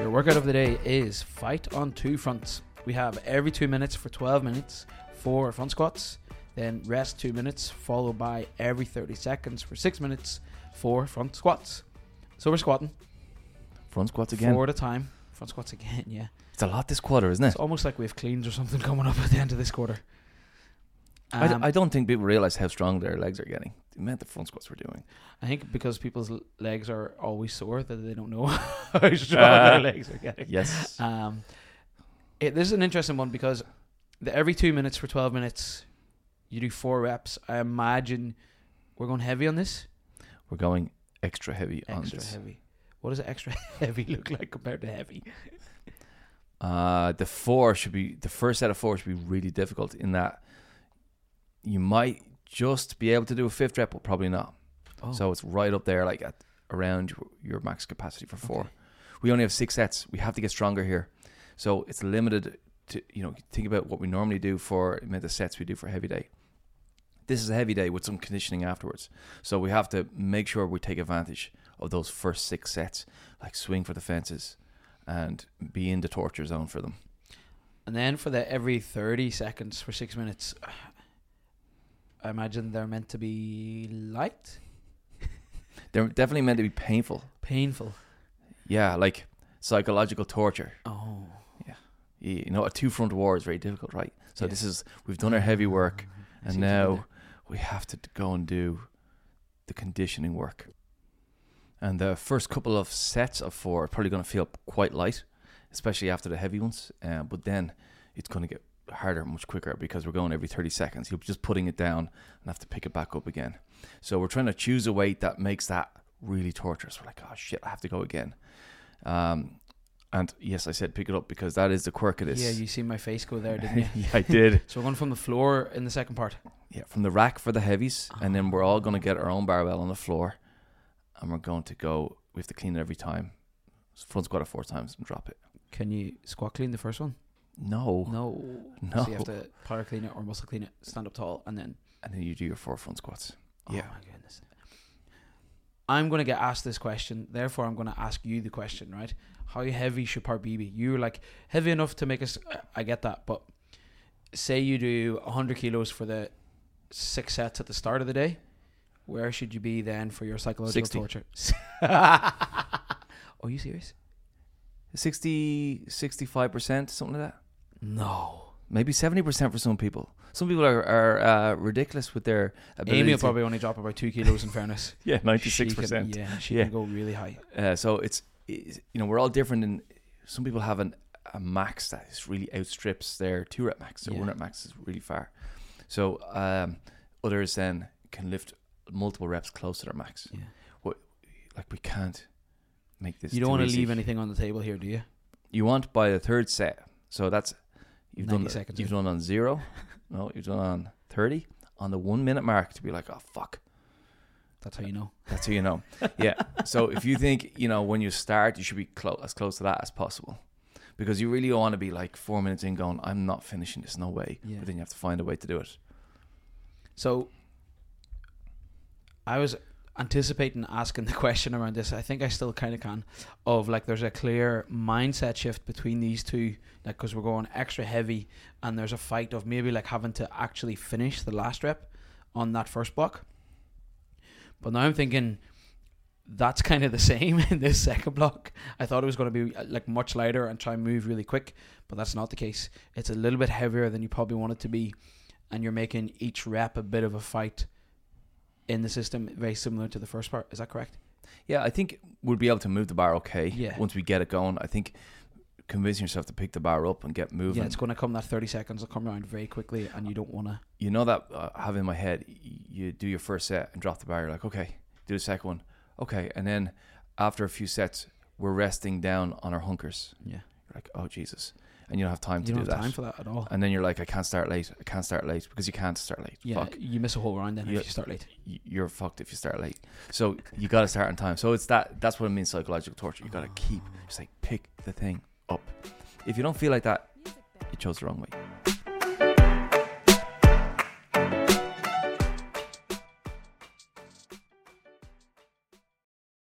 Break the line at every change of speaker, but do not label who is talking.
Your workout of the day is fight on two fronts. We have every two minutes for 12 minutes for front squats, then rest two minutes, followed by every 30 seconds for six minutes for front squats. So we're squatting
Front squats again.
four at a time. Front squats again, yeah.
It's a lot this quarter, isn't it?
It's almost like we have cleans or something coming up at the end of this quarter.
I d-
Um,
I don't think people realize how strong their legs are getting. The amount the front squats were doing.
I think because people's l- legs are always sore that they don't know how strong
Ah.
their legs are getting.
Yes.
Um, it, this is an interesting one because the, every two minutes for 12 minutes, you do four reps. I imagine we're going heavy on this.
We're going extra heavy on
Extra
this.
heavy. What does extra heavy look like compared to heavy?
Uh, the four should be the first set of four should be really difficult in that you might just be able to do a fifth rep, but probably not.
Oh.
So it's right up there, like at around your- your max capacity for four.
Okay.
We only have six sets. We have to get stronger here. So it's limited to you know think about what we normally do for I mean, the sets we do for heavy day. This is a heavy day with some conditioning afterwards. So we have to make sure we take advantage of those first six sets, like swing for the fences, and be in the torture zone for them.
And then for the every 30 seconds for six minutes, I imagine they're meant to be light,
They're definitely meant to be painful.
painful.
Yeah, like psychological torture.
Oh.
Y- You know, a two front war is very difficult, right? So
Yeah.
this is we've done our heavy work,
I
and
see what you did
now
there.
we have to d- go and do the conditioning work. And the first couple of sets of four are probably going to feel quite light, especially after the heavy ones. Um, but then it's going to get harder much quicker because we're going every 30 seconds. You're just putting it down and have to pick it back up again. So we're trying to choose a weight that makes that really torturous. We're like, oh shit, I have to go again. Um, and yes, I said pick it up because that is the quirk of this.
Yeah, you see my face go there, didn't you?
yeah, I did.
So we're going from the floor in the second part.
Yeah, from the rack for the heavies,
Ah.
and then we're all going to get our own barbell on the floor, and we're going to go. We have to clean it every time. So Front squat it four times and drop it.
Can you squat clean the first one?
No,
No.
No.
So you have to power clean it or muscle clean it, stand up tall, and then.
and then you do your four front squats. Yeah.
Oh my goodness. I'm going to get asked this question, therefore, I'm going to ask you the question, right? How heavy should part B be? You were like, heavy enough to make us. I- I get that, but say you do 100 kilos for the six sets at the start of the day. Where should you be then for your psychological
60.
torture? Are you serious?
60, 65 percent, something like that.
No.
Maybe seventy percent for some people. Some people are, are uh, ridiculous with their ability.
Amy will
to-
probably only drop about two kilos. In fairness,
yeah,
She
ninety
can-
six percent.
Yeah, she
Yeah.
can go really high.
Uh, so it's, it's you know we're all different, and some people have an, a max that is really outstrips their two rep max. So
Yeah.
one rep max is really far. So um, others then can lift multiple reps close to their max.
Yeah.
Like we can't make this.
you don't
too
want to
easy.
leave anything on the table here, do you?
You want by the third set. So that's you've
90
done.
seconds
You've
in.
done on zero. no, you've done on thirty. On the one minute mark to be like, oh fuck,
That's how you know.
that's who you know. Yeah. So if you think, you know, when you start, you should be clo- as close to that as possible. Because you really want to be like four minutes in going, I'm not finishing this, no way.
Yeah.
But then you have to find a way to do it.
So, I was anticipating asking the question around this. I think I still kind of can. Of like, there's a clear mindset shift between these two, like because we're going extra heavy, and there's a fight of maybe like having to actually finish the last rep on that first block. But now I'm thinking. That's kind of the same in this second block. I thought it was going to be uh, like much lighter and try and move really quick, but that's not the case. It's a little bit heavier than you probably want it to be and you're making each rep a bit of a fight in the system, very similar to the first part. Is that correct?
Yeah, I think we'll be able to move the bar okay.
Yeah.
Once we get it going, I think convincing yourself to pick the bar up and get moving.
Yeah, it's going to come that 30 seconds will come around very quickly, and you don't want to.
you know that uh, I have in my head, y- you do your first set and drop the bar. You're like, okay, do the second one. Okay. And then after a few sets, we're resting down on our hunkers.
Yeah,
You're like, oh, Jesus. And you don't have time
you
to
don't
do
have
that. Uh,
time for that at all.
and then you're like, I can't start late. I can't start late because you can't start late.
yeah,
Fuck,
you miss a whole round then
Yeah.
if you start late.
Y- you're fucked if you start late. So you got to start on time. So it's that. That's what it means psychological torture. You got to keep just like pick the thing up. If you don't feel like that, you chose the wrong way.